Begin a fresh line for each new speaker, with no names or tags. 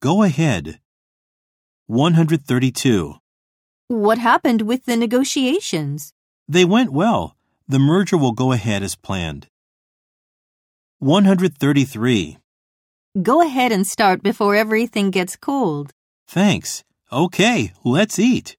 Go ahead. 132.
What happened with the negotiations?
They went well. The merger will go ahead as planned. 133.
Go ahead and start before everything gets cold.
Thanks. Okay, let's eat.